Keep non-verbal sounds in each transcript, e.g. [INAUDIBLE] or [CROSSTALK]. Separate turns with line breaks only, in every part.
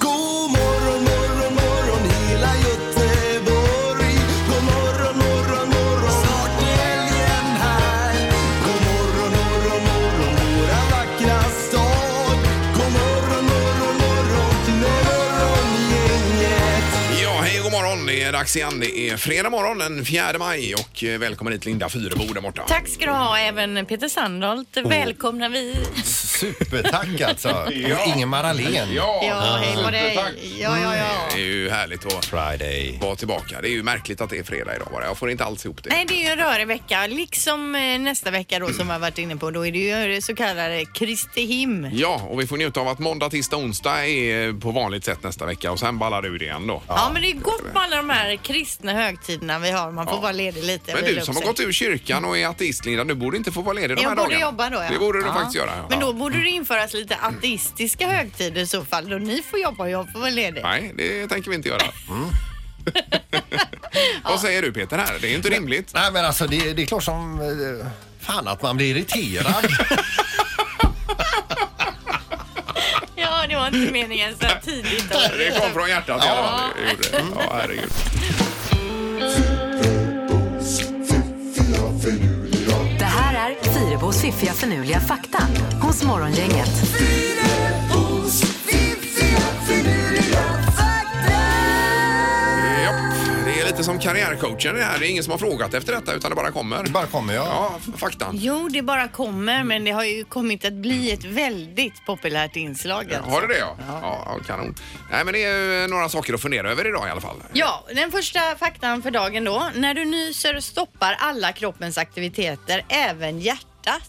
God morgon, morgon, morgon hela Göteborg. God morgon, morgon, morgon. Snart är helgen här. God morgon, morgon, morgon våra vackra stad. God morgon, morgon, morgon till morgongänget.
Ja, hej och god morgon. Det är dags igen. Det är fredag morgon den 4 maj och eh, välkommen hit Linda Fyrebo där borta.
Tack ska du ha, även Peter Sandholt
Oh.
välkomnar vi.
Supertack alltså.
Ja.
Och Ingemar Ahlén.
Ja, hej på dig. Ja, ja, ja.
Det är ju härligt att
Friday.
vara tillbaka. Det är ju märkligt att det är fredag idag bara. Jag får inte alls ihop det.
Nej, det är ju en rörig vecka, liksom eh, nästa vecka då som vi har varit inne på. Då är det ju eh, så kallade Kristihim. Ja.
Ja, och vi får njuta av att måndag, tisdag, onsdag är på vanligt sätt nästa vecka och sen ballar det ur igen då.
men det är gott med alla de här kristna högtiderna vi har. Man får
Ja.
vara ledig lite.
Men
vila
du som
upp
har
sig.
gått ur kyrkan och är ateist Linda, du borde inte få vara ledig de
jag
här
borde
dagarna.
jobba då ja.
Det borde du
ja.
faktiskt göra. ja.
Men då borde det införas lite ateistiska högtider i så fall. Då ni får jobba och jag får vara ledig.
Nej, det tänker vi inte
[LAUGHS]
göra. [LAUGHS] Vad säger du Peter här? Det är ju inte rimligt.
Nej men alltså det, det är klart som eh, fan att man blir irriterad.
Ja, det var inte meningen så här tidigt.
Det kom från hjärtat i alla fall. Det gjorde det. Ja, herregud.
Det här är Fyrabos fiffiga förnuliga fakta hos Morgongänget.
Japp, det är lite som karriärcoachen det här. Det är ingen som har frågat efter detta utan det bara kommer.
Det bara kommer jag.
Ja, f- faktan.
Jo, det bara kommer, men det har ju kommit att bli ett väldigt populärt inslag. Alltså.
Har du det ja? Ja, ja, kanon. Nej men det är ju några saker att fundera över idag i alla fall.
Ja, den första faktan för dagen då. När du nyser stoppar alla kroppens aktiviteter, även hjärtat.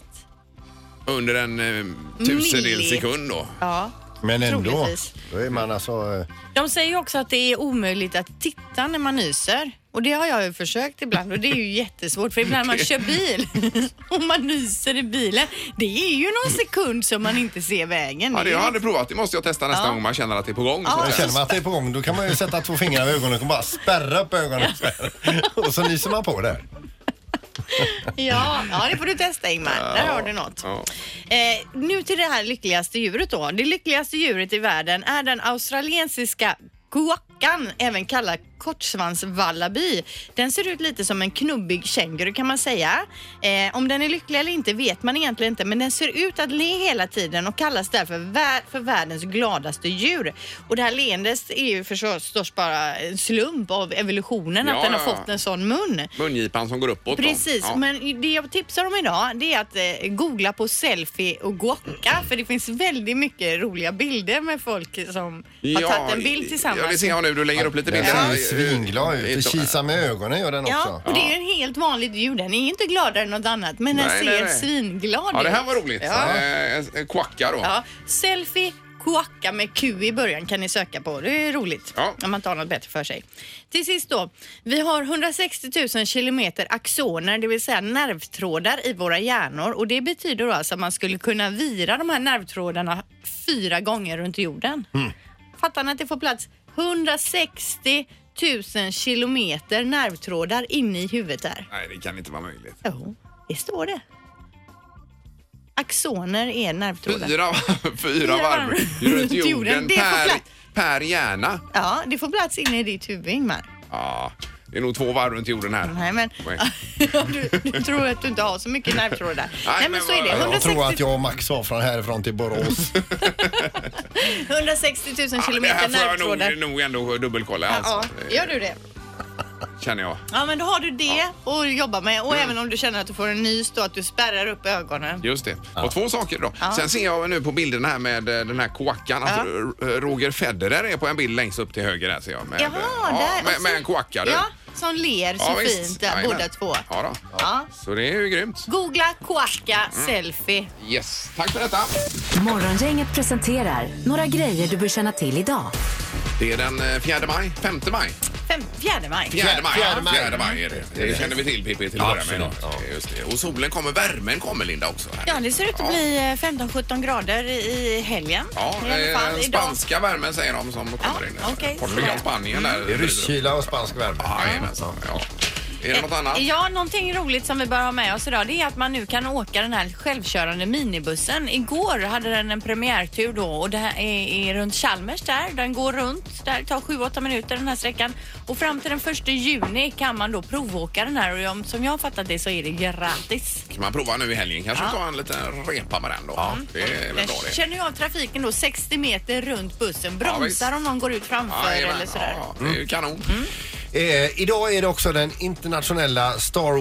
Under en eh, tusendel
Milli.
sekund då.
Ja,
Men ändå.
troligtvis.
Då är man alltså... eh,
De säger ju också att det är omöjligt att titta när man nyser. Och det har jag ju försökt ibland och
[LAUGHS]
det är ju jättesvårt för ibland man kör bil [LAUGHS] och man nyser i bilen. Det är ju någon sekund som man inte ser vägen.
Ja, det har jag
är-
aldrig provat. Det måste jag testa nästa gång man känner att det är på gång. så att
Men
säga.
Känner man att det är på gång då kan man ju sätta två fingrar i ögonen och bara spärra upp ögonen. Och så nyser man på det.
Ja, ja, det får du testa Ingmar. Där har du något.
Ja.
Eh, nu till det här lyckligaste djuret då. Det lyckligaste djuret i världen är den australiensiska guacan, även kallad kortsvansvallaby. Den ser ut lite som en knubbig känguru kan man säga. Eh, om den är lycklig eller inte vet man egentligen inte, men den ser ut att le hela tiden och kallas därför vär- för världens gladaste djur. Och det här leendet är ju förstås bara en slump av evolutionen,
Ja,
att den har
ja, ja.
fått en sån mun.
Mungipan som går uppåt. då.
Precis,
Ja.
men det jag tipsar om idag det är att eh, googla på selfie och guacka för det finns väldigt mycket roliga bilder med folk som har tagit en bild tillsammans.
Ja, det ser jag nu. Du lägger upp lite
Den
bilder. här.
ser ju svinglad ut. Det
Inte-
kisar med ögonen gör den
Ja,
också.
och det är ju en helt vanligt djur. Den är inte gladare än något annat men den
Nej,
ser
nej, nej.
svinglad
Ja, det här
ut.
var roligt.
Ja.
Eh, eh, Quacka då.
Ja. Selfie Guacka med Q i början kan ni söka på. Det är roligt
Ja.
om man tar något bättre för sig. Till sist då. Vi har 160 000 kilometer axoner, det vill säga nervtrådar i våra hjärnor och det betyder då alltså att man skulle kunna vira de här nervtrådarna fyra gånger runt jorden.
Mm.
Fattar ni att det får plats 160 000 kilometer nervtrådar inne i huvudet där?
Nej, det kan inte vara möjligt.
Jo, det står det. Axoner är
[LAUGHS]
nervtrådar.
Fyra, fyra varv
[LAUGHS]
runt jorden
Det får
per,
plats.
per hjärna.
Ja, det får plats inne i ditt huvud Ingmar.
Ja, det är nog två varv runt jorden här.
Nej men,
Nej.
[LAUGHS] du, du tror att du inte har så mycket nervtrådar. Nej, men,
men
så är det.
vad-
Jag tror
160,
att jag och Max har från härifrån till Borås.
160 000
Ja, det här
kilometer
får jag nog,
nervtrådar.
det är nog ändå dubbelkolla.
Ja,
Alltså. Det
gör du det?
Känner jag.
Ja, men då har du det att jobba med. Och
Mm.
även om du känner att du får en nys då, att du spärrar upp ögonen.
Just det. Och två saker då. Sen ser jag nu på bilden här med eh, den här koackan att
Ja.
R- Roger Federer är på en bild längst upp till höger där ser jag. Med, eh,
Jaha,
ja,
där. och
Med,
så-
med en koacka du.
Ja, som ler så
Ja, visst.
fint där,
Jajamän.
båda två.
Ja, då.
Ja.
Så det är ju grymt.
Googla koacka
Mm.
selfie.
Yes, tack för detta.
Morgongänget presenterar några grejer du bör känna till idag.
Det är den eh, fjärde maj, femte maj.
Fem, fjärde maj.
Fjärde maj,
Fjärde
ja,
maj.
fjärde maj är det. Det känner vi till Pippi till att
Ja,
börja med. idag.
absolut, ja.
Just det. Och solen kommer, värmen kommer Linda också. här.
Ja, det ser ut att bli eh, 15-17 grader i helgen.
Ja,
I alla fall
eh,
idag.
spanska värmen säger de som kommer
Ja,
in.
okej.
Portugal, Spanien där.
Mm. Det är rysskyla och spansk värme.
Jajamensan. Ja. Är det något
Eh,
annat?
Ja, någonting roligt som vi bör ha med oss idag det är att man nu kan åka den här självkörande minibussen. Igår hade den en premiärtur då och det här är, är runt Chalmers där. Den går runt, där tar 7-8 minuter den här sträckan. Och fram till den 1 juni kan man då provåka den här och om- som jag har fattat det så är det gratis.
Kan man prova nu i helgen? Kanske
Ja.
ta en liten repa med den då. Det är väl
Där
bra det.
känner jag av trafiken då 60 meter runt bussen,
Ja,
bromsar
visst.
om någon går ut framför
Jajamän,
eller sådär.
ja, det är ju kanon.
Eh, idag är det också den internationella Star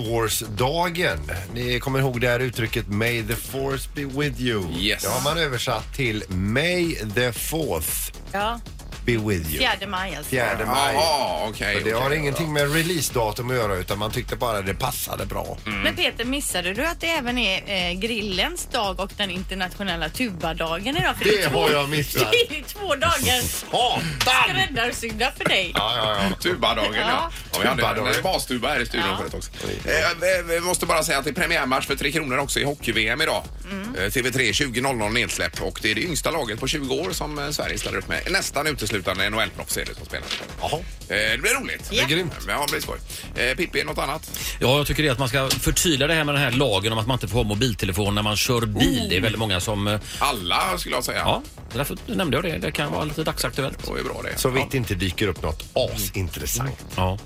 Wars-dagen. Ni kommer ihåg det här uttrycket May the force be with you.
Yes.
Det har man översatt till May the fourth
Ja,
be with you.
4 maj alltså.
Fjärde maj.
Jaha, okej.
Det har
okej.
ingenting med releasedatum att göra utan man tyckte bara det passade bra.
Mm.
Men Peter, missade du att det även är eh, grillens dag och den internationella tubadagen idag? För är
Det
två-
har jag missat.
[LAUGHS] Det är två dagar
Satan!
skräddarsydda för dig.
Ja, ja, ja.
Tubadagen, ja.
Ja.
ja. Vi hade en
Tubadagen.
eh, bastuba här i studion
Ja.
förut också. Eh, eh, vi måste bara säga att det är premiärmatch för Tre Kronor också i hockey-VM idag.
Mm.
Eh, TV3 20.00 nedsläpp och det är det yngsta laget på 20 år som eh, Sverige ställer upp med. Nästan uteslutande NHL-proffs är det som spelar.
Jaha.
Eh, Det blir roligt.
Det är grymt.
Ja, det blir skoj. Eh, Pippi, något annat?
Ja, jag tycker det är att man ska förtydliga det här med den här lagen om att man inte får ha mobiltelefon när man kör bil. Det är väldigt många som... eh,
Alla skulle jag säga.
Ja, därför nämnde jag det. Det kan vara lite dagsaktuellt.
Det är bra det.
Så vitt det inte dyker upp något
Mm.
asintressant.
Ja.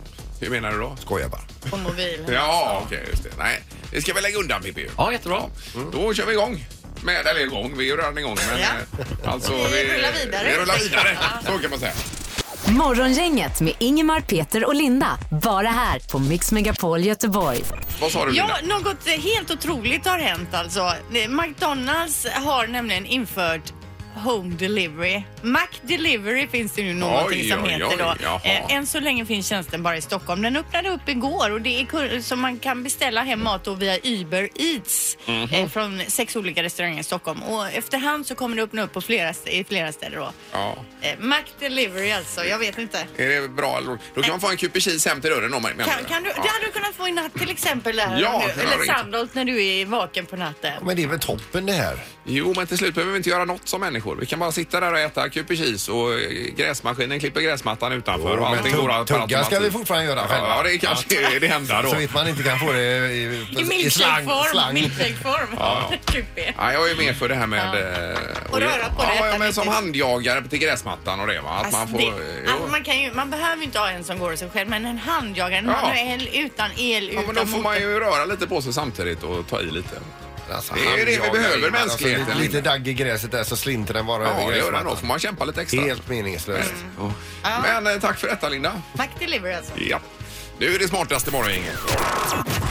Hur menar du då?
Skojar bara.
På mobilen.
Ja, okej, just det. Nej, det ska vi lägga undan Pippi. ju.
Ja, jättebra.
Då kör vi igång. Med, eller igång, vi är ju redan igång. Men,
Ja.
eh, alltså,
Vi rullar vidare.
Vi rullar vidare, så kan man säga.
Morgongänget med Ingemar, Peter och Linda. Bara här på Mix Megapol Göteborg.
Vad sa du
Ja,
Linda?
något eh, helt otroligt har hänt alltså. Eh, McDonalds har nämligen infört Home delivery. Mac delivery finns det nu någonting
Oj,
som
oj,
heter
oj,
då.
jaha.
Eh, Än så länge finns tjänsten bara i Stockholm. Den öppnade upp igår och det är kur- så man kan beställa hem mat då via Uber Eats
Mhm.
eh, från sex olika restauranger i Stockholm. Och efterhand så kommer det öppna upp på flera, st- i flera städer då.
Ja.
Eh, Mac delivery alltså, jag vet inte.
Är det bra eller Då kan man få en kupé hem till dörren om man menar
Kan, kan du,
ja.
Det hade du kunnat få i natt till exempel. Där,
Ja,
nu,
det hade
eller
ringt.
Sandholt när du är vaken på natten.
Men det är väl toppen det här?
Jo, men till slut behöver vi inte göra något som människor. Vi kan bara sitta där och äta kupé och eh, gräsmaskinen klipper gräsmattan utanför. och allting går
tugga
per
tugga ska
automatik.
vi fortfarande göra själva.
Ja, det kanske är det enda då.
Så vitt man inte kan få det i,
I Typ
i, i slang.
milkshakeform.
slang.
Milkshakeform. [LAUGHS] Kupé.
Ja, jag är mer för det här med... eh,
Och röra på det,
ja,
äta
men som
mycket.
handjagare till gräsmattan och det va? Att
Alltså,
man får...
det,
eh, jo.
alltså man, kan ju, man behöver ju inte ha en som går av sig själv, men en handjagare, en
Ja.
manuell utan el,
ja, men då
utan
får
motor.
man ju röra lite på sig samtidigt och ta i lite.
Alltså,
Det är det vi
handjagar,
behöver,
Ingmar.
mänskligheten.
Alltså, lite, lite dagg i gräset där så slinter den bara
Ja,
över
det gör det. Då får
gräsmattan.
man kämpa lite extra.
Helt meningslöst.
Ja. Men eh, tack för detta Linda.
Mac delivery alltså.
Ja. Nu är det smartaste morgongänget.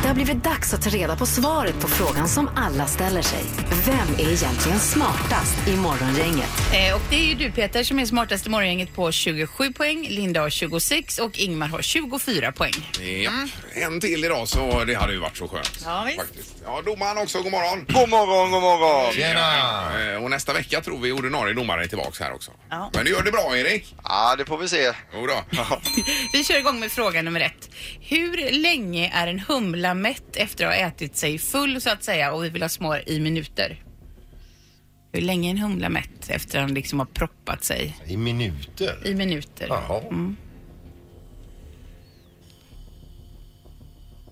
Det har blivit dags att ta reda på svaret på frågan som alla ställer sig. Vem är egentligen smartast i Morgongänget?
Eh, och det är ju du Peter som är smartast i morgongänget på 27 poäng, Linda har 26 och Ingmar har 24 poäng.
Ja. En till idag så det hade ju varit så skönt.
Ja, visst.
Faktiskt. Ja, domaren också, god morgon.
God morgon, god morgon!
Tjena!
Eh, Och nästa vecka tror vi ordinarie domare är tillbaka här också.
Ja.
Men du gör det bra Erik.
Ja, det får vi se.
Jo då.
[LAUGHS] Vi kör igång med fråga nummer ett. Hur länge är en humla mätt efter att ha ätit sig full så att säga och vi vill ha små i minuter? Hur länge är en humla mätt efter att den liksom har proppat sig
I minuter?
i minuter?
Jaha.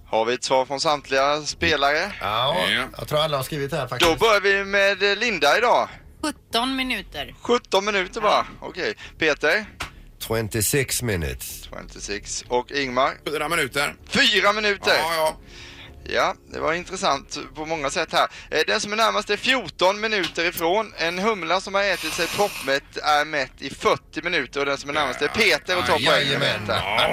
Har vi ett svar från samtliga spelare?
Ja,
Ja.
jag tror alla har skrivit här faktiskt.
Då börjar vi med eh, Linda idag.
17 minuter.
17 minuter bara. Okej. Peter?
26 minutes.
26. Och Ingmar?
Fyra minuter.
4 minuter.
Ja, ja.
Ja, det var intressant på många sätt här. Eh, Den som är närmast är 14 minuter ifrån. En humla som har ätit sig proppmätt är mätt i 40 minuter och den som är närmast är Peter och tar
Ja,
poängen med
jajamän.
detta.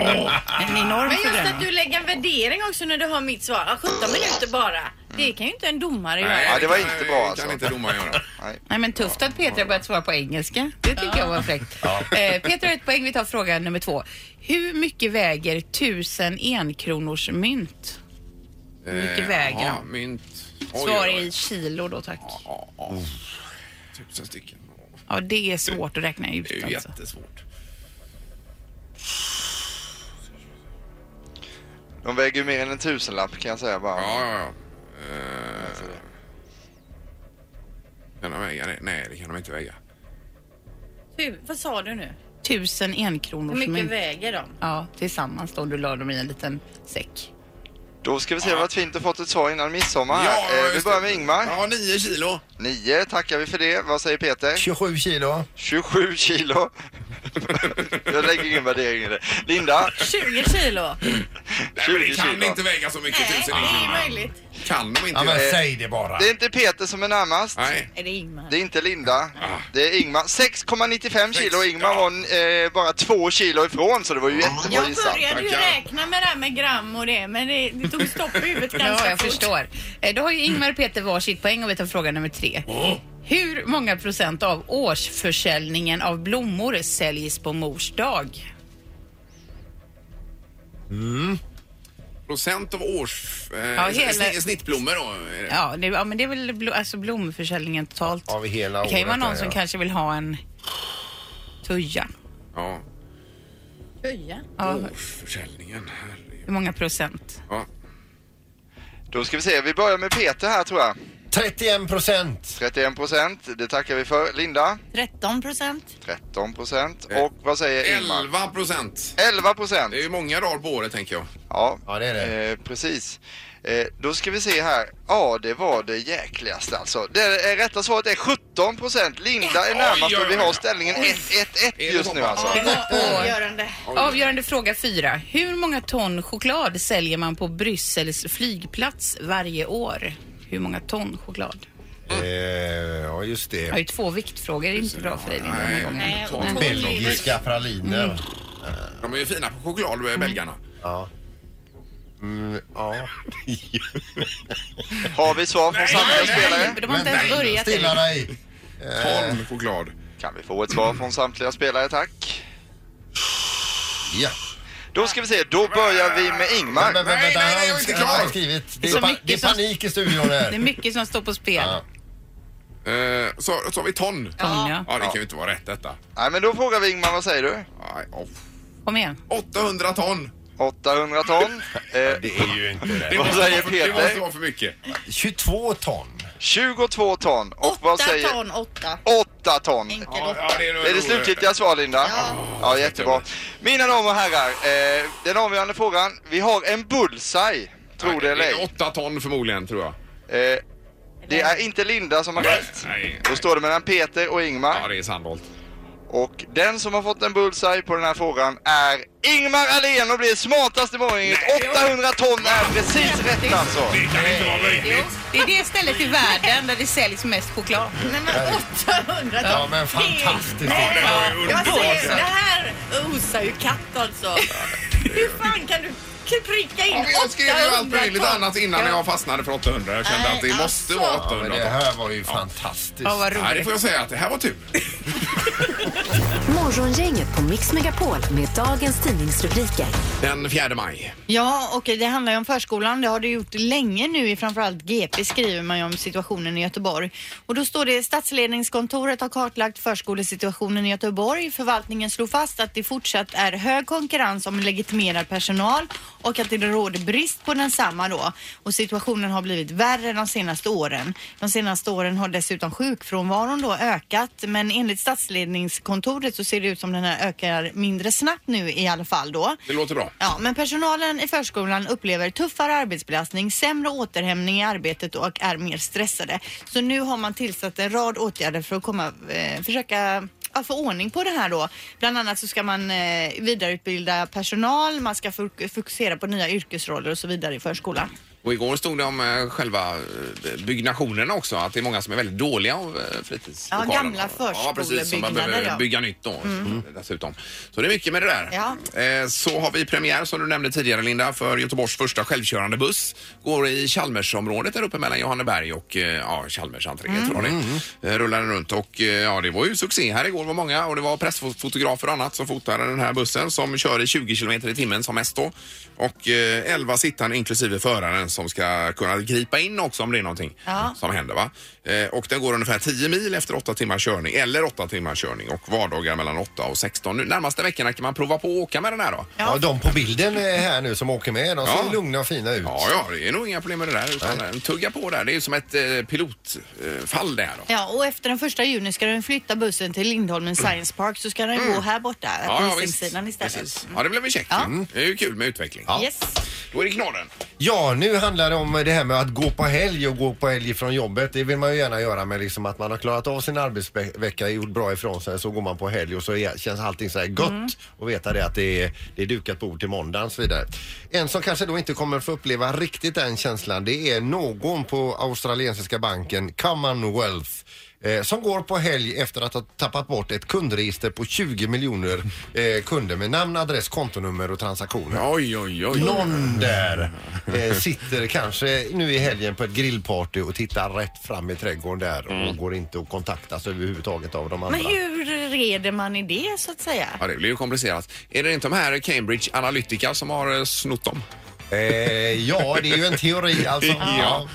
En enorm Men just att du lägger en värdering också när du har mitt svar. Ja, 17 minuter bara. Det kan ju inte en domare göra.
Ja, det var
kan-
inte bra, alltså.
kan inte domaren göra.
Nej men tufft att Peter har börjat svara på engelska. Det tycker jag var fräckt.
[LAUGHS]
Eh, Peter har ett poäng. Vi tar fråga nummer två. Hur mycket väger 1000 enkronors mynt? Hur mycket väger
ja,
de?
mynt. Oj,
Svar
oj, oj.
i kilo då tack.
Tusen stycken.
Ja det är svårt att räkna ut
Det är ju
alltså.
jättesvårt.
De väger ju mer än en tusenlapp kan jag säga bara.
Ja, ja, ja. Eh, Kan de väga det? Nej, det kan de inte väga.
Tu, vad sa du nu?
Tusen enkronor.
Hur mycket
mycket
väger de?
Ja, tillsammans då. Du la dem i en liten säck.
Då ska vi se vad fint du fått ett svar innan midsommar.
Ja,
här. Eh, vi
just
börjar
det.
med Ingmar.
Ja, 9 kilo.
9 tackar vi för det. Vad säger Peter?
27 kilo.
27
[LAUGHS]
kilo. [LAUGHS] jag lägger ingen värdering i det. Linda?
20 kilo.
Nej, men det
20
kan
kilo.
inte väga så mycket tusen enkronor.
möjligt.
Kan de inte
Ja, men
göra.
säg det bara.
Det är inte Peter som är närmast.
Nej.
Är det Ingmar?
Det är inte Linda.
Ah.
Det är Ingmar. 6,95 kilo och Ingmar var eh, bara 2 kilo ifrån så det var ju jättebra
Jag
gissat.
började ju
Tackar.
räkna med det här med gram och det, men det, det tog stopp i
[LAUGHS]
huvudet ganska
Ja, jag
fort.
förstår. Eh, Då har ju Ingmar och Peter varsitt poäng och vi tar fråga nummer tre.
Hur många procent av årsförsäljningen av blommor säljs på mors dag?
Procent av års... Eh,
hela-
snitt, snittblommor då? är det.
Ja, det, ja men det är väl blo, alltså blomförsäljningen totalt.
Av hela
det kan ju
året
vara någon
där,
som
ja.
kanske vill ha en tuja.
Ja.
Tuja? Ja,
Årsförsäljningen, herregud.
hur många procent?
Ja.
Då ska vi se, vi börjar med Peter här tror jag.
31 procent.
31 procent, det tackar vi för. Linda?
13 procent.
13 procent.
Eh,
Och vad säger Ingmar?
11 procent.
11 procent.
Det är ju många dagar på året tänker jag.
Ja,
Ja, det är det.
Eh, precis. Eh, då ska vi se här. Ja, det var det jäkligaste alltså. Det eh, rätta svaret är 17 procent. Linda är närmast
Oj, oj,
och vi
oj.
har ställningen 1-1-1
Är det
just
så
nu
pass?
alltså.
Det var
Avgörande.
Avgörande fråga fyra. Hur många ton choklad säljer man på Bryssels flygplats varje år? Hur många ton choklad?
Eh, ja, just
Jag har
det.
ju två viktfrågor, det är inte bra för dig den här gången.
Nej, ton.
Belgiska praliner.
De är ju fina på choklad, eh, belgarna.
Ja. Mm, ja.
Har vi svar från samtliga spelare?
De har inte ens börjat
Stilla
än.
dig. Mm.
Ton choklad.
Kan vi få ett svar från samtliga spelare, tack?
Ja.
Då ska vi se, då börjar vi med
Men,
Ingmar.
men,
Ah,
vänta,
Nej, nej, nej,
han-
jag är inte
han har
klar.
Skrivit. Det,
Så
är pa-
mycket
det är
som-
panik i studion
Det är
här.
mycket som står på spel.
Ja.
Eh, så, så har vi ton.
Ton, ja.
det kan ju inte vara rätt detta.
Nej, men då frågar vi Ingmar, vad säger du?
Nej, åh.
Kom igen.
800 ton.
800 ton. Eh,
Det är ju inte
Det
det.
Vad säger
vara för, det
Peter?
måste vara för mycket.
22 ton.
22 ton. Och vad säger...
ton, 8.
8 ton.
Ja, ja, det är, nog
Är det
roligt.
slutgiltiga svar Linda? Ja. ja jättebra. Mina damer och herrar, eh, den avgörande frågan. Vi har en bullseye, tror det eller
är
ej.
Åtta ton förmodligen, tror jag.
Eh, det är inte Linda som har rätt.
Nej.
Då står det mellan Peter och
Ja,
Ingmar.
det är Sandholt.
Och den som har fått en bullseye på den här frågan är Ingmar Ahlén och blir smartast i morgongänget. 800 ton är precis rätt alltså.
Det kan inte vara möjligt.
Det är det stället i världen där det säljs mest choklad.
Nej men 800 ton.
Ja, men fantastiskt.
Ja, det var ju
Jag
underbart.
ser, det här osar ju katt alltså. Hur fan kan du pricka
Ja,
in
men
800
Jag skrev ju allt möjligt
ton?
annat innan jag fastnade för 800. Jag kände
Nej,
att det måste
alltså.
vara
Ja, men
800
det
ton.
här var ju fantastiskt.
Ja, vad
Nej, det får
roligt.
jag säga att det här var
[LAUGHS]
tur.
Morgongänget på Mix Megapol med dagens tidningsrubriker.
Den 4 maj.
Ja, och det handlar ju om förskolan. Det har det gjort länge nu i framförallt GP skriver man ju om situationen i Göteborg. Och då står det statsledningskontoret har kartlagt förskolesituationen i Göteborg. Förvaltningen slog fast att det fortsatt är hög konkurrens om legitimerad personal och att det råder brist på densamma då. Och situationen har blivit värre de senaste åren. De senaste åren har dessutom sjukfrånvaron då ökat men enligt statsledningskontoret så ser det ut som den här ökar mindre snabbt nu i alla fall då.
Det låter bra.
Ja, men personalen i förskolan upplever tuffare arbetsbelastning, sämre återhämtning i arbetet och är mer stressade. Så nu har man tillsatt en rad åtgärder för att komma, eh, försöka ja, få ordning på det här då. Bland annat så ska man eh, vidareutbilda personal, man ska fok- fokusera på nya yrkesroller och så vidare i förskolan.
Och igår stod det om eh, själva eh, byggnationerna också, att det är många som är väldigt dåliga av eh, fritidslokalerna.
Ja, gamla
Ja, precis, som man
förskolebyggnader,
behöver
ja. Mm.
bygga nytt då dessutom. Så det är mycket med det där.
Ja.
Eh, Så har vi premiär, som du nämnde tidigare Linda, för Göteborgs första självkörande buss. Går i Chalmersområdet där uppe mellan Johanneberg och eh, ja, Chalmers entré,
Mm.
tror jag det är. Eh, Rullar den runt och eh, ja, det var ju succé här igår. var många och det var pressfotografer och annat som fotade den här bussen som kör i 20 kilometer i timmen som mest då. Och eh, 11 sittande inklusive föraren som ska kunna gripa in också om det är någonting
Ja.
som händer. Va? Eh, och den går ungefär 10 mil efter 8 timmars körning, eller 8 timmars körning och vardagar mellan 8 och 16. Nu, närmaste veckorna kan man prova på att åka med den här då.
Ja, de på bilden är här nu som åker med, de ser
Ja.
lugna och fina ut.
Ja, ja, det är nog inga problem med det där. Utan eh, tugga på där. Det är ju som ett eh, pilotfall det här då.
Ja, och efter den första juni ska den flytta bussen till Lindholmen Science Park så ska den gå här borta,
Ja, ja,
på
visst.
Hisingssidan istället.
Precis. Ja, det blev väl käckt. Mm. Det är ju kul med utveckling.
Yes.
Då är det knorren.
Ja, nu handlar det om det här med att gå på helg och gå på helg från jobbet. Det vill man ju gärna göra med liksom att man har klarat av sin arbetsvecka, gjort bra ifrån sig, så går man på helg och så är, känns allting så här gött och veta det att det är, det är dukat bord till måndagen och så vidare. En som kanske då inte kommer få uppleva riktigt den känslan, det är någon på australiensiska banken Commonwealth eh, som går på helg efter att ha tappat bort ett kundregister på 20 miljoner eh, kunder med namn, adress, kontonummer och transaktioner.
Oj, oj, oj.
Någon där eh, sitter kanske nu i helgen på ett grillparty och tittar rätt fram i trädgården där och
Mm.
går inte att kontaktas överhuvudtaget av de andra.
Men hur reder man i det så att säga?
Ja, det blir ju komplicerat. Är det inte de här Cambridge Analytica som har eh, snott dem?
Eh, ja, det är ju en teori alltså.
[LAUGHS] Ja.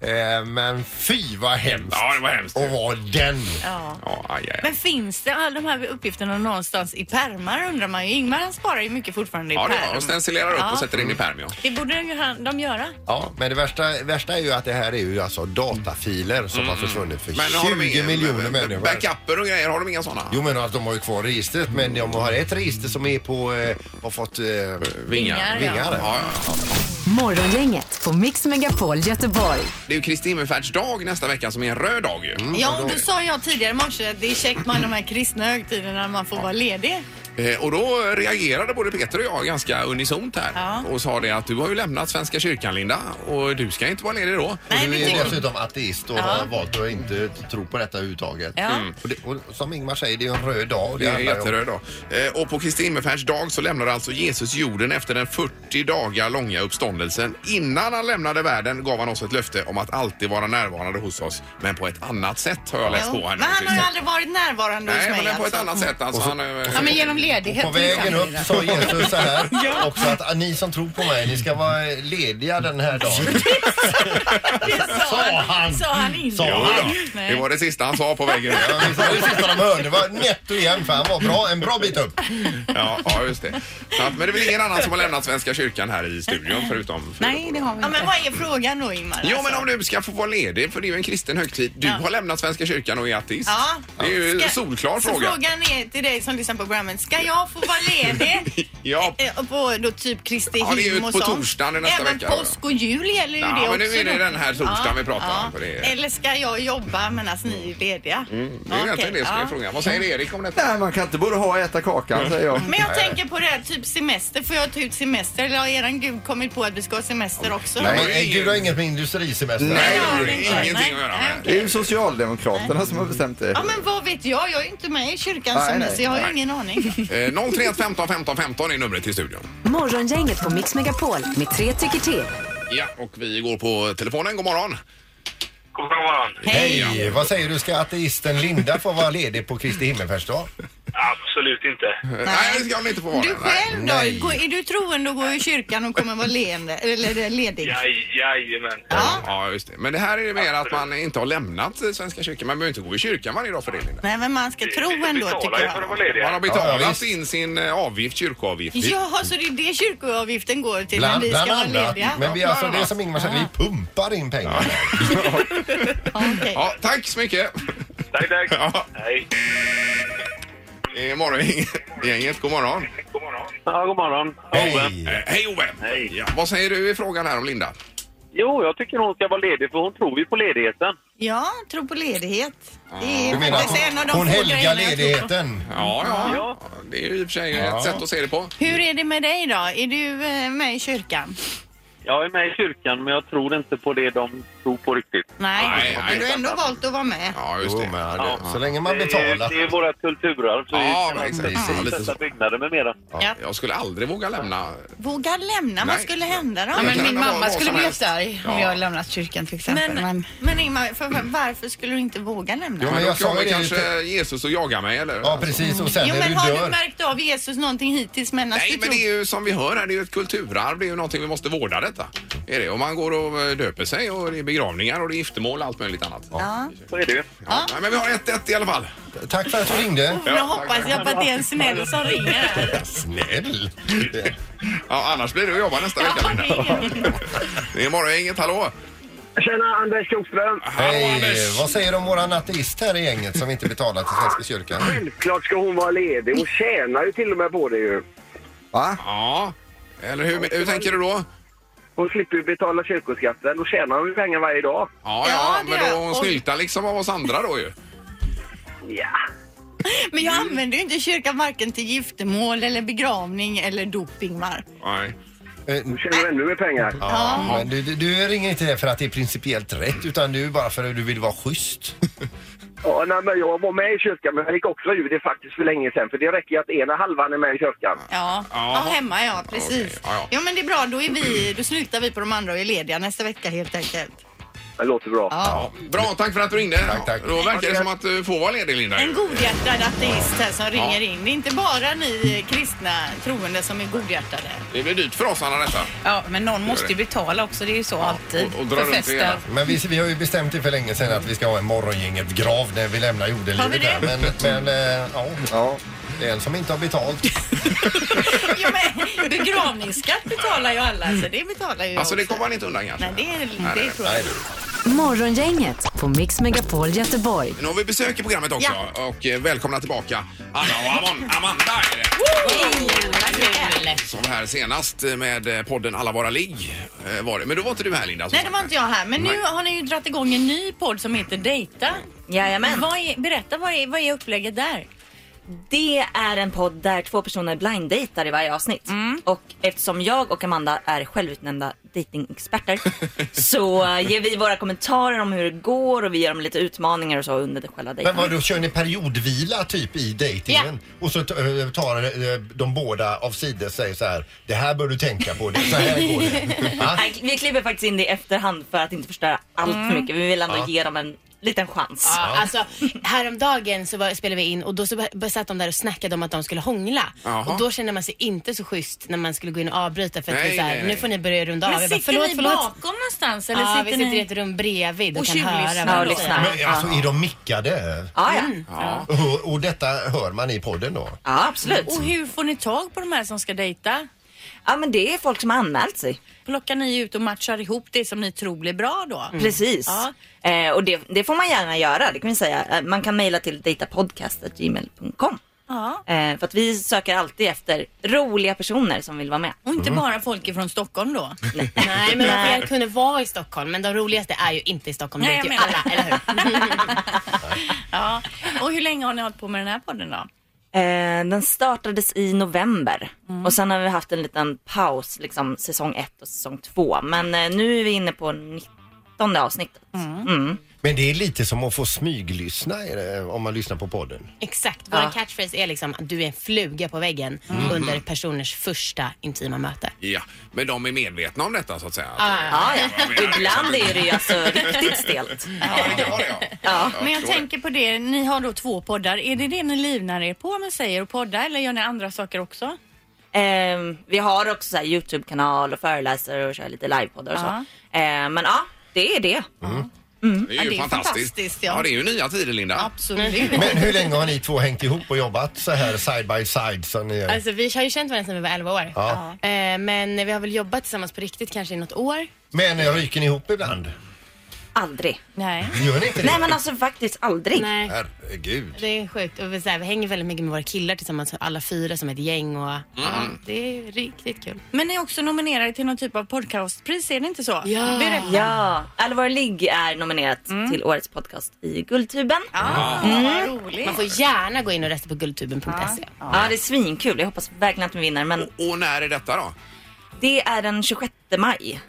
Eh, men fy vad hemskt.
Ja, det var hemskt.
Och vad den.
Ja.
Ja, aj, aj, aj.
Men finns det alla de här uppgifterna någonstans i pärmar undrar man ju. Ingmar han sparar ju mycket fortfarande i
Ja, det
pärm.
var. Och stencilerar upp
Ja.
och sätter in i pärm, ja.
Det borde de ju han- de göra.
Mm.
Ja, men det värsta, värsta är ju att det här är ju alltså datafiler som har försvunnit för
Mm. Men har de
20
ingen-
miljoner människor.
Backuper och grejer, har de inga sådana?
Jo men att de har ju kvar registret men de har ett register som är på, eh, har fått eh,
Vingar.
vingar.
Ja, ja, ja.
Morgongänget på Mix Megapol Göteborg.
Det är ju Kristi himmelfärds dag nästa vecka som är en röd dag ju.
Mm.
Ja, och då sa jag tidigare i morse att det är käckt med de här kristna högtiderna när man får vara ledig.
Eh, Och då reagerade både Peter och jag ganska unisont här
Ja.
och sa det att du har ju lämnat Svenska kyrkan Linda och du ska inte vara ledig då.
Nej,
Du
vi
är
tycker...
dessutom ateist och har valt att inte tro på detta överhuvudtaget.
Ja.
Mm. Och, det, och som Ingmar säger, det är ju en röd dag. och
Det är
handlar ju om-
jätteröd dag. Eh, Och på Kristi himmelfärds dag så lämnade alltså Jesus jorden efter den 40 dagar långa uppståndelsen. Innan han lämnade världen gav han oss ett löfte om att alltid vara närvarande hos oss, men på ett annat sätt har jag läst på
Jo,
här
Men
nu.
han har ju
Christer.
aldrig varit närvarande hos
Nej,
mig
men på ett
alltså.
annat sätt alltså. Han, eh,
Ja, men genom ledighet
På
till
liksom.
vägen upp
exempel.
sa Jesus så
[LAUGHS]
här också att ah, ni som tror på mig, ni ska vara lediga den här dagen.
[LAUGHS] Det sa han, sa han inte.
Sa han?
Nej.
det var det sista han sa på vägen upp.
Ja, visst, Det var det sista de hörde. Det var nätt och jämnt för han var bra, en bra bit upp.
Ja, ja, just det. Så att, men det är väl ingen annan som har lämnat Svenska kyrkan här i studion förutom...
Nej, det har vi
Ja, men
inte.
vad är frågan då Ingmar?
Jo, men
alltså?
om du ska få vara ledig, för det är ju en kristen högtid. Du har lämnat Svenska kyrkan och är ateist.
Ja.
Det är ju
Ska-
en solklar
så
fråga.
frågan är till dig som lyssnar på programmet. Ska jag få vara
[LAUGHS]
ledig?
Ja.
Eh, På då typ Kristi
Ja, det är ju
hym och
på
sånt.
torsdagen nästa
Även
vecka,
påsk och jul gäller ju
Ja,
det
men
också.
nu är det
då.
den här torsdagen vi pratar om, för det är- Mm,
Eller ska jag jobba medan ni är lediga?
Det är ju egentligen det som är
Eh, ja. Mm.
frågan. Vad säger Erik om detta?
Nej, man kan inte både ha och äta kakan säger jag.
Men jag tänker på det här, typ semester. Får jag ta ut semester? Eller har eran gud kommit på att vi ska ha semester också?
Nej, eh, Gud har inget med industrisemester
Nej,
Ja,
det
det är
är
inte-
ingenting att göra
nej,
med.
okej.
Det är ju Socialdemokraterna som har bestämt det.
Ja, men vad vet jag? Jag är inte med i kyrkan
Nej,
som ni,
nej,
så jag har
nej. [LAUGHS]
ingen aning.
Eh, 031 15 15 15 är numret till studion.
Morgongänget på Mix Megapol med tre tycker till.
Ja, och vi går på telefonen. God morgon. Eh,
God morgon.
Hej! Vad säger du, ska ateisten Linda få vara ledig på Kristi himmelfärdsdag?
Absolut inte.
Nej, Nej det ska han inte få vara.
Du
Nej.
själv då? Går- Är du troende och går i kyrkan och kommer vara leende, eller ledig?
Jaj, jajamän.
Ja, just det. Men det här är ju mer att man inte har lämnat eh, Svenska kyrkan. Man behöver inte gå i kyrkan varje dag för det, Linda.
Nej, men man ska tro ändå tycker
betalar ju för att
jag.
vara lediga.
Man har
Ja,
betalat
ja, visst.
in sin eh, avgift, kyrkoavgift.
Jaha, så det är det kyrkoavgiften går till när
Bland,
vi
bland
ska vara
annat.
lediga?
Men vi, alltså, det är som Ingmar säger, vi pumpar in pengar.
Ja, okej.
Ja, tack så mycket. [LAUGHS]
Tack, tack.
Ja.
Hej.
Eh, Morgongänget, god morgon.
God morgon. Ja, god morgon.
Hej!
Eh, Hej Ove!
Hej.
Ja, vad säger du i frågan här om Linda?
Jo, jag tycker hon ska vara ledig för hon tror ju på ledigheten.
Ja, tro på ledighet. Det
Du
är
menar
faktiskt en av
att
de
hon, hon
få
helgar
grejerna jag tror på.
ledigheten?
Ja, ja,
Ja.
Det är ju i och för sig
Ja.
ett sätt att se det på.
Hur är det med dig då? Är du eh, med i kyrkan?
Jag är med i kyrkan men jag tror inte på det de tro på riktigt.
Nej,
Nej, nej.
men du har ändå valt att vara med.
Ja, just
det. Men,
Ja.
Så länge man
Det är-
betalar.
Det är våra kulturarv. Så
Ja,
vi kan
precis.
inte
Ja, lite
sätta
så.
byggnader med mera.
Ja.
Jag skulle aldrig våga lämna.
Våga lämna, vad
Nej.
skulle hända då?
Ja, men min mamma skulle bli
jättearg om jag hade lämnat kyrkan till exempel.
Men, men Ingmar, för, för, varför skulle du inte våga lämna?
Jo, men jag sa
ju det
kanske Jesus och jagar mig eller?
Ja, precis. Och sen
jo,
när
men
du
har
dör.
du märkt av Jesus någonting hittills medan
Nej,
du
men
tror...
det är ju som vi hör här, det är ju ett kulturarv. Det är ju någonting vi måste vårda detta. Är det? Och man går och eh, döper sig och det är begravningar och det är giftermål och allt möjligt annat.
Ja.
Så är det ju.
Ja. Nej, men vi har 1-1 i alla fall.
Tack för att du ringde.
Nu hoppas jag på att det är en snäll som ringer här.
Snäll!
Ja, annars blir det att jobba nästa vecka. Linda. Det är Morgongänget, hallå!
Tjena, Anders Skogström.
Hej! Eh, Vad säger du om våran ateist här i gänget som inte betalar till Svenska kyrkan?
Självklart ska hon vara ledig. Hon tjänar ju till och med på det ju.
Va? Ja, eller hur, hur tänker du då?
Hon slipper ju betala kyrkoskatten. Då tjänar hon ju pengar varje dag.
Ja, ja, men då hon snyltar liksom av oss andra då ju.
Ja.
Men jag använder ju inte kyrkan varken till giftermål eller begravning eller dop, Ingmar.
Nej.
Hon tjänar ännu mer pengar.
Eh, Ja, men du, du- du ringer inte här för att det är principiellt rätt utan du är bara för att du vill vara schysst.
Ja, nej, men jag var med i kyrkan, men jag gick också ur det faktiskt för länge sedan. För det räcker ju att ena halvan är med i kyrkan.
Ja, ja. hemma ja, precis.
Okej, ja, ja.
Jo men det är bra, då, är vi, då snyltar vi på de andra och är lediga nästa vecka helt enkelt.
Det låter bra.
Ja.
Bra, tack för att du ringde. Tack, tack. Då verkar det som att du får vara ledig, Linda.
En godhjärtad ateist här som ringer in. Det är inte bara ni kristna troende som är godhjärtade.
Det blir dyrt för oss, Anna, detta.
Ja, men någon måste ju betala också. Det är ju så alltid.
och- och dra
för
runt det
[LAUGHS]
hela.
fester.
Men vi, vi har ju bestämt det för länge sedan att vi ska ha en morgongänget grav när vi lämnar
Har vi
jordelivet
det?
här. Men, men eh, ja, det är en som inte har betalt.
Jo, men begravningsskatt betalar ju alla, så det betalar ju
Alltså, det
också.
kommer man inte undan kanske.
Nej, det, är, det tror jag inte.
Morgongänget på Mix Megapol Göteborg.
Nu har vi besök i programmet också och eh, välkomna tillbaka Anna och Amon, Amanda är det. Som var här senast med eh, podden Alla våra ligg. eh, Var det. Men då var inte du här Linda. som
Nej,
sagt.
det var inte jag här. Men nu
Nej.
har ni ju dratt igång en ny podd som heter Dejta.
Jajamän.
Vad är, berätta, vad är, vad är upplägget där?
Det är en podd där två personer blinddejtar i varje avsnitt.
Mm.
Och eftersom jag och Amanda är självutnämnda datingexperter [LAUGHS] så eh, ger vi våra kommentarer om hur det går och vi ger dem lite utmaningar och så under det själva
Men
dejten.
vad då kör ni periodvila typ i dejtingen? Och så t- eh, tar eh, de båda av sidor säger så här. Det här bör du tänka på. Det, så här går
[LAUGHS]
det. Va?
Nej, Vi klipper faktiskt in det i efterhand för att inte förstöra allt
Mm.
för mycket. Vi vill ändå
Ja.
ge dem en liten chans.
Ja, alltså, häromdagen så var, spelade vi in och då så b- satt de där och snackade om att de skulle hångla.
Jaha.
Och då kände man sig inte så schysst när man skulle gå in och avbryta för att
Nej,
vi så här,
nej, nej.
nu får ni börja runda
Men
av. Jag
sitter ni bakom någonstans eller
ja,
sitter
vi sitter
ni-
i ett rum bredvid och,
Och
kan höra
tjuvlyssnar
vad
liksom. och
de
lyssnar.
säger.
Men alltså är de mickade?
Ja, ja.
Ja. Och, och detta hör man i podden då?
Ja,
Och hur får ni tag på de här som ska dejta?
Ja, men det är folk som har anmält sig.
Plockar ni ut och matchar ihop det som ni tror blir bra då?
Mm. Precis.
Ja.
Eh, och det, det får man gärna göra, det kan vi säga. Eh, Man kan mejla till datapodcast.gmail.com.
Ja.
Eh, för att vi söker alltid efter roliga personer som vill vara med.
Och inte bara folk ifrån Stockholm
[LAUGHS]
då?
Mm. Nej, men att jag kunde vara i Stockholm. Men de roligaste är ju inte i Stockholm.
Nej,
det vet
jag
ju alla, eller hur?
[LAUGHS] Ja. Och hur länge har ni hållit på med den här podden då?
Eh, den startades i november och sen har vi haft en liten paus, liksom säsong ett och säsong två. Men eh, nu är vi inne på 19 avsnittet.
Men det är lite som att få smyglyssna är det, om man lyssnar på podden.
Exakt. Vår catchphrase är liksom att du är en fluga på väggen
Mhm.
Mm.
under personers första intima möte.
Ja, men de är medvetna om detta så att säga. liksom-
Ja, ja. Ibland är det ju alltså riktigt stelt.
Ja.
Men jag
förstår det.
tänker på det, ni har då två poddar. Är det det ni livnär er på med säger och poddar eller gör ni andra saker också?
Eh, vi har också så här YouTube-kanal och föreläser och kör lite livepoddar och så.
Ja.
Eh, men ja, det är det.
Det är ju
Ja, det är
fantastiskt.
fantastiskt,
ja.
ja.
det är ju nya tider Linda.
Absolut.
[LAUGHS]
Men hur länge har ni två hängt ihop och jobbat så här side by side som ni gör?
Alltså vi har ju känt varandra sedan vi var 11 år.
Ja.
Eh, men vi har väl jobbat tillsammans på riktigt kanske i något år.
Men eh, ryker ni ihop ibland?
Aldrig.
Nej.
Gör ni inte det?
alltså faktiskt aldrig.
Nej.
Herregud.
Det är sjukt. Och vi, så här, vi hänger väldigt mycket med våra killar tillsammans, alla fyra som ett gäng. Och, ja, det är riktigt kul.
Men ni är också nominerade till någon typ av podcastpris, är det inte så?
Ja.
Berätta. Mm.
Ja, Allvar Ligg är nominerat till årets podcast i Guldtuben.
Ja,
Mm.
roligt.
Man får gärna gå in och rösta på guldtuben.se.
Ja, det är svinkul. Jag hoppas verkligen att vi vinner. Men...
Och, när är detta då?
Det är den 26 maj.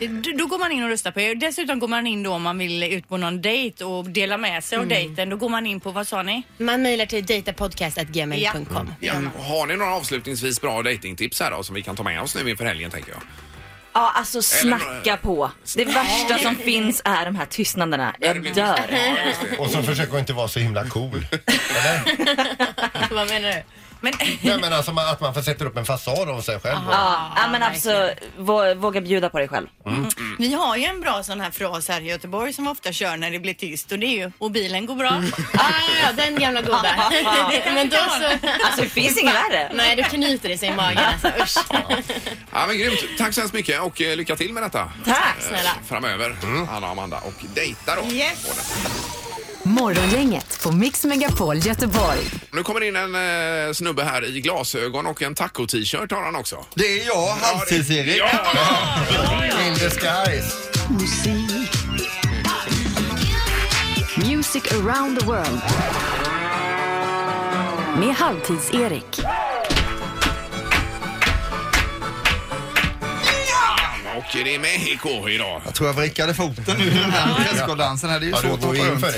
D- Då går man in och röstar på er. Dessutom går man in då om man vill ut på någon dejt och dela med sig av
Mm.
dejten. Då går man in på, vad
[LAUGHS]
sa ni?
Man mejlar till datapodcast.gmail.com.
Ja. Har ni några avslutningsvis bra datingtips här då som vi kan ta med oss nu inför helgen tänker jag?
Ja, alltså snacka på. Det värsta som finns är de här tystnaderna. Jag dör.
Och så försöker hon inte vara så himla
[LAUGHS]
cool.
Vad menar du?
Nej, men alltså man- att man får sätta upp en fasad av sig själv.
Ja, ja, men alltså vå- våga bjuda på dig själv.
Mm.
Mm.
Vi har ju en bra sån här fras här i Göteborg som vi ofta kör när det blir tyst och det är ju och bilen går bra.
Mm.
[LAUGHS] ah, ja, den gamla
goda.
[LAUGHS]
Men då så-
Alltså det finns inget värre.
Nej, då knyter det sig i magen alltså. Usch.
Ja, men grymt. Tack så hemskt mycket och eh, lycka till med detta.
Tack
snälla. Framöver,
Mm.
Anna och Amanda. Och dejta då.
Morgongänget på Mix Megapol Göteborg.
Nu kommer in en eh, snubbe här i glasögon och en taco-t-shirt har han också.
Det är jag, Halvtids-Erik.
Ja,
In the skies.
Musik. Music around the world. Med Halvtids-Erik.
Och det är Mexiko idag.
Jag tror jag vrickade foten nu i den här presskonferensen här. Det är ju
Ja, du
svårt att
går
hoppa
in
runt.
för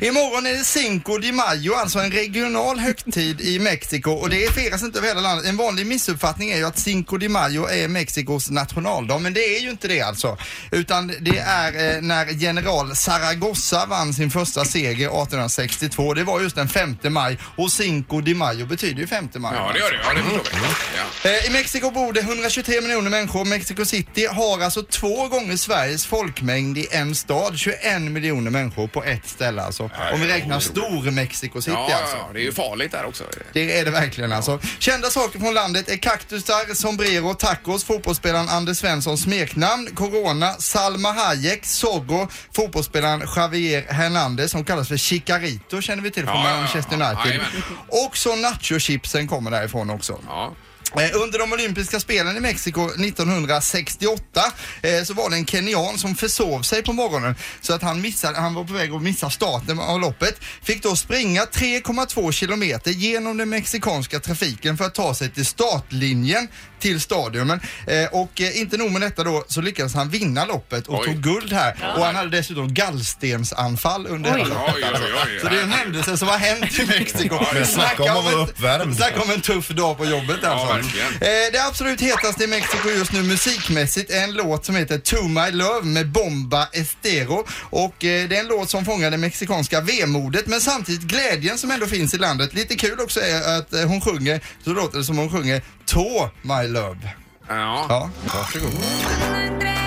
det,
Imorgon är det Cinco de Mayo, alltså en regional högtid i Mexiko och det firas inte över hela landet. En vanlig missuppfattning är ju att Cinco de Mayo är Mexikos nationaldag, men det är ju inte det alltså. Utan det är eh, när general Zaragoza vann sin första seger 1862. Det var just den 5 maj och Cinco de Mayo betyder ju 5 maj.
Ja, det gör det. Ja, det förstår vi. Ja.
Eh, I Mexiko bor det 123 miljoner människor. Mexico City har alltså två gånger Sveriges folkmängd i en stad. 21 miljoner människor på ett ställe alltså. Om vi räknar stor Mexico City
Ja, ja,
alltså.
ja, det är ju farligt där också.
Det är det verkligen alltså. Kända saker från landet är kaktusar, sombrero, tacos, fotbollsspelaren Anders Svenssons smeknamn, corona, Salma Hayek, Zorro, fotbollsspelaren Javier Hernandez som kallas för Chicarito känner vi till från
Ja, ja, ja.
Manchester United.
Jajamän.
Också nachochipsen kommer därifrån också. Eh, Under de olympiska spelen i Mexiko 1968 eh, så var det en kenyan som försov sig på morgonen så att han, missade, han var på väg att missa starten av loppet. Fick då springa 3,2 kilometer genom den mexikanska trafiken för att ta sig till startlinjen till stadionen. Eh, Och eh, inte nog med detta då så lyckades han vinna loppet och
Oj.
tog guld här.
Ja.
Och han hade dessutom gallstensanfall under
Oj.
hela loppet.
Oj, oj, oj.
Så det är en händelse som har hänt i Mexiko.
Ja, men snacka om att vara uppvärmd.
Snacka om en tuff dag på jobbet alltså.
Ja, verkligen.
Eh, det absolut hetaste i Mexiko just nu musikmässigt är en låt som heter To My Love med Bomba Estero. Och eh, det är en låt som fångar det mexikanska vemodet men samtidigt glädjen som ändå finns i landet. Lite kul också är att eh, hon sjunger, så låter det som hon sjunger To My Love.
Ja.
ja. Varsågod.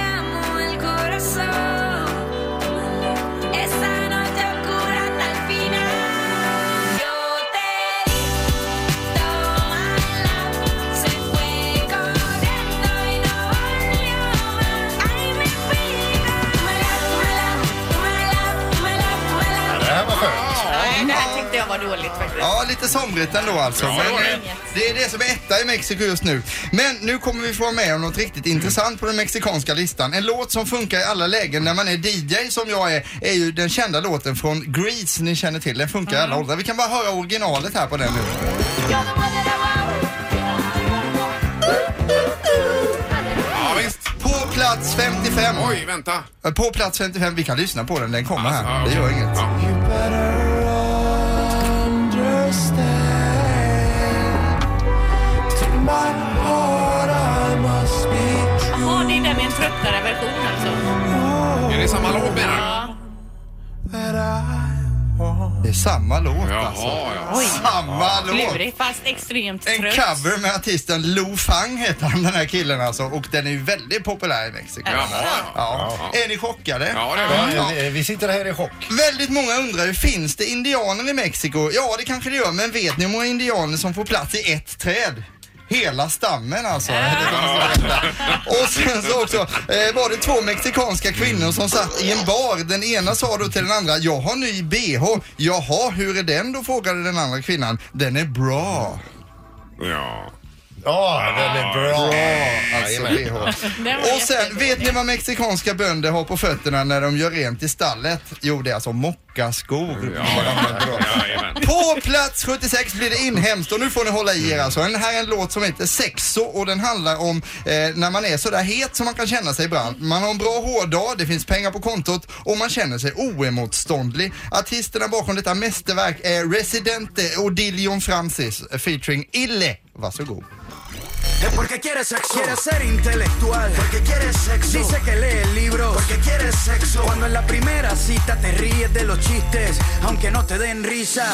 Det här var skönt.
Nej, det här tyckte jag var dåligt faktiskt.
Ja, lite somrigt ändå alltså.
Ja, det
Men,
var det.
eh, det är det som är etta i Mexiko just nu. Men nu kommer vi få vara med om något riktigt intressant på den mexikanska listan. En låt som funkar i alla lägen när man är DJ som jag är, är ju den kända låten från Grease ni känner till. Den funkar i alla åldrar. Vi kan bara höra originalet här på den nu.
Ja, visst.
På plats 55.
Oj, vänta.
Eh, På plats 55, vi kan lyssna på den, den kommer här. Det
Alltså, okej.
gör inget.
Jaha, det är den i en tröttare version alltså.
Är det samma låt menar du?
Ja.
Det är samma låt alltså.
Oj.
Samma låt.
Lurig, fast extremt
En
trött.
cover med artisten Lou Fang heter han den här killen alltså och den är ju väldigt populär i Mexiko.
Jaha, ja.
Ja. Är ni chockade?
Ja, det är vi.
Eh, Vi sitter här i chock.
Väldigt många undrar ju, finns det indianer i Mexiko? Ja, det kanske det gör, men vet ni hur många indianer som får plats i ett träd? Hela stammen alltså. Och sen så också eh, var det två mexikanska kvinnor som satt i en bar. Den ena sa då till den andra, jag har ny bh. Jaha, hur är den då? frågade den andra kvinnan. Den är bra.
Ja.
Ja, den är bra.
Alltså,
Jajamän.
bh.
Den var
Och sen, vet ni vad mexikanska bönder har på fötterna när de gör rent i stallet? Jo, det är alltså mockaskor.
Ja, ja, ja, ja,
På plats 76 blir det inhemskt och nu får ni hålla i er alltså. Den här är en låt som heter Sexo och den handlar om eh, när man är sådär het som man kan känna sig ibland. Man har en bra hårdag, det finns pengar på kontot och man känner sig oemotståndlig. Artisterna bakom detta mästerverk är Residente och Dilion Francis featuring Ille. Varsågod.
Es porque quiere sexo. Quiere ser intelectual. Porque quiere sexo. Dice que lee libros. Porque quiere sexo. Cuando en la primera cita te ríes de los chistes, aunque no te den risa.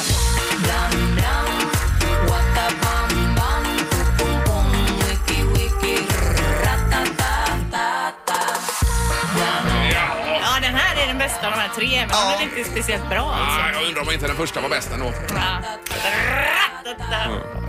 Ja, den här är den bästa av de här tre, men den är inte speciellt bra
Ah,
alltså.
jag undrar om inte den första var bäst ändå.
Ja.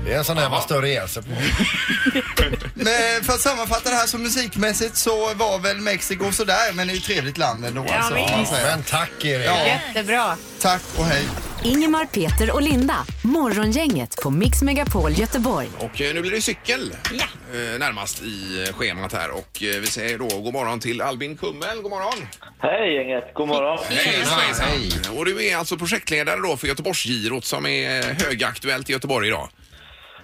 Det är en sån här man stör ihjäl sig på.
[LAUGHS] Men eh, för att sammanfatta det här som musikmässigt så var väl Mexiko sådär men det är ju ett trevligt land ändå.
Ja,
alltså,
visst.
om man säger.
Men tack Erik.
Jättebra.
Tack och hej.
Ingemar, Peter och Linda. Morgongänget på Mix Megapol Göteborg.
Och eh, nu blir det cykel eh, närmast i eh, schemat här. Och eh, vi säger då god morgon till Albin Kummel. God morgon!
Hej gänget, god morgon.
Hejsan, hejsan. Och du är alltså projektledare då för Göteborgsgirot som är eh, högaktuellt i Göteborg idag.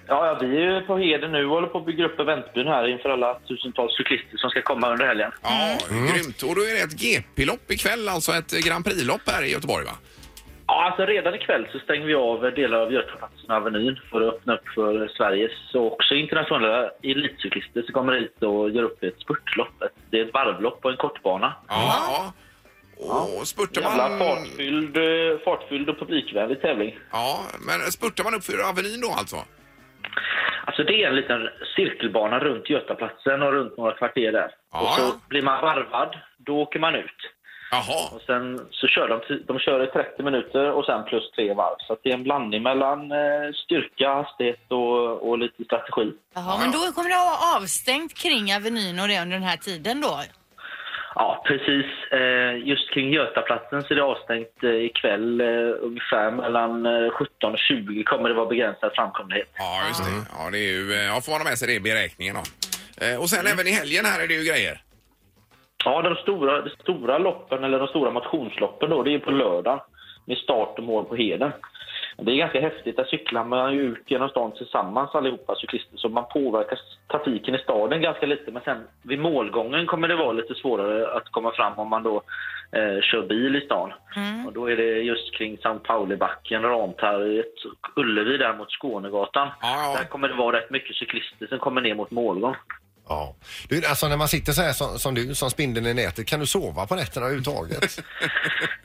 Ja, ja, vi är ju på heder nu och håller på att bygga upp eventbyn här inför alla tusentals cyklister som ska komma under helgen.
Ja, grymt. Och då är det ett GP-lopp ikväll, alltså ett Grand Prix-lopp här i Göteborg va?
Ja, alltså redan ikväll så stänger vi av delar av Götaplatsen och Avenyn för att öppna upp för Sveriges och också internationella elitcyklister som kommer hit och gör upp ett spurtlopp. Det är ett varvlopp på en kortbana.
Ja. Och spurtar man...
Jävla fartfylld, eh, fartfylld och publikvänlig tävling.
Ja, men spurtar man upp för Avenyn då alltså?
Alltså det är en liten cirkelbana runt Götaplatsen och runt några kvarter där. Och så blir man varvad, då åker man ut.
Jaha.
Och sen så kör de, t- de kör i 30 minuter och sen plus tre varv. Så att det är en blandning mellan eh, styrka, hastighet och, och lite strategi.
Jaha, men då kommer det att vara avstängt kring Avenyn och det under den här tiden då?
Ja, precis. Eh, just kring Götaplatsen så är det avstängt eh, ikväll. Eh, ungefär mellan eh, 17 och 20 kommer det vara begränsad framkomlighet.
Ja, just det. Ja, det är ju, eh, ja, får man ha med sig det i beräkningen då. Eh, Och sen även i helgen här är det ju grejer.
Ja, de stora, de stora loppen, eller de stora motionsloppen då, det är på lördagen med start och mål på Heden. Det är ganska häftigt, där cyklar man ju ut genom stan tillsammans allihopa cyklister, så man påverkar trafiken i staden ganska lite. Men sen vid målgången kommer det vara lite svårare att komma fram om man då eh, kör bil i stan. Och då är det just kring S:t Paulibacken, Rantarget, Ullevi där mot Skånegatan. Där kommer det vara rätt mycket cyklister som kommer ner mot målgång.
Ja. Du, alltså när man sitter så här som, som du, som spindeln i nätet, kan du sova på nätterna överhuvudtaget?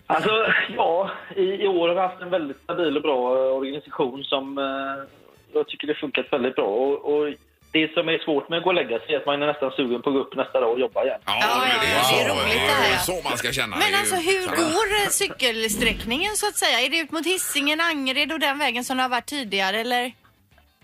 Alltså, ja. I, I år har vi haft en väldigt stabil och bra eh, organisation som eh, jag tycker det funkat väldigt bra. Och, och det som är svårt med att gå och lägga sig är att man är nästan sugen på att gå upp nästa dag och jobba igen.
Ja, det, är
det är
så,
roligt
det
det
är
här.
så man ska känna.
Men
Det är
alltså
ju-
hur
Ja.
går eh, cykelsträckningen så att säga? Är det ut mot Hisingen, Angered och den vägen som det har varit tidigare eller?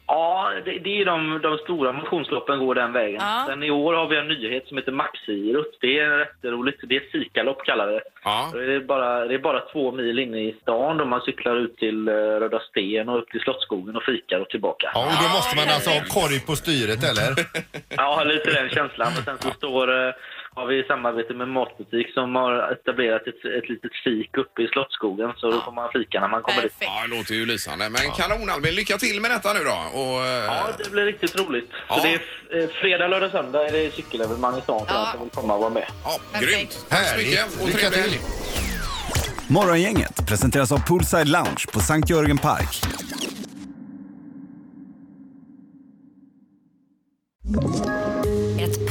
Ja, det, det är de, de stora motionsloppen går den vägen.
Ja.
Sen i år har vi en nyhet som heter Maxirut. Det är rätt roligt. Det är ett sikalopp kallar vi det.
Ja.
Det, är bara, det är bara två mil inne i stan då man cyklar ut till eh, Röda Sten och upp till Slottsskogen och fikar och tillbaka.
Ja, och då måste man alltså ha korg på styret eller?
Ja, lite den känslan. Och sen så står, eh, har vi i samarbete med en matbutik som har etablerat ett, ett litet fik uppe i Slottsskogen. Så då får man fika när man kommer dit.
Ja, det låter ju lysande. Men kanon Albin, lycka till med detta nu då. Och, eh, ja,
det blir riktigt roligt. Så det är f- eh, fredag, lördag, söndag är det cykelevenemang i stan för alla som vill komma och vara med.
Ja, grymt. Tack så
Härligt.
mycket och
Lycka
trevlig
till.
helg.
Morgongänget presenteras av Poolside Lounge på Sankt Jörgen Park.
Ett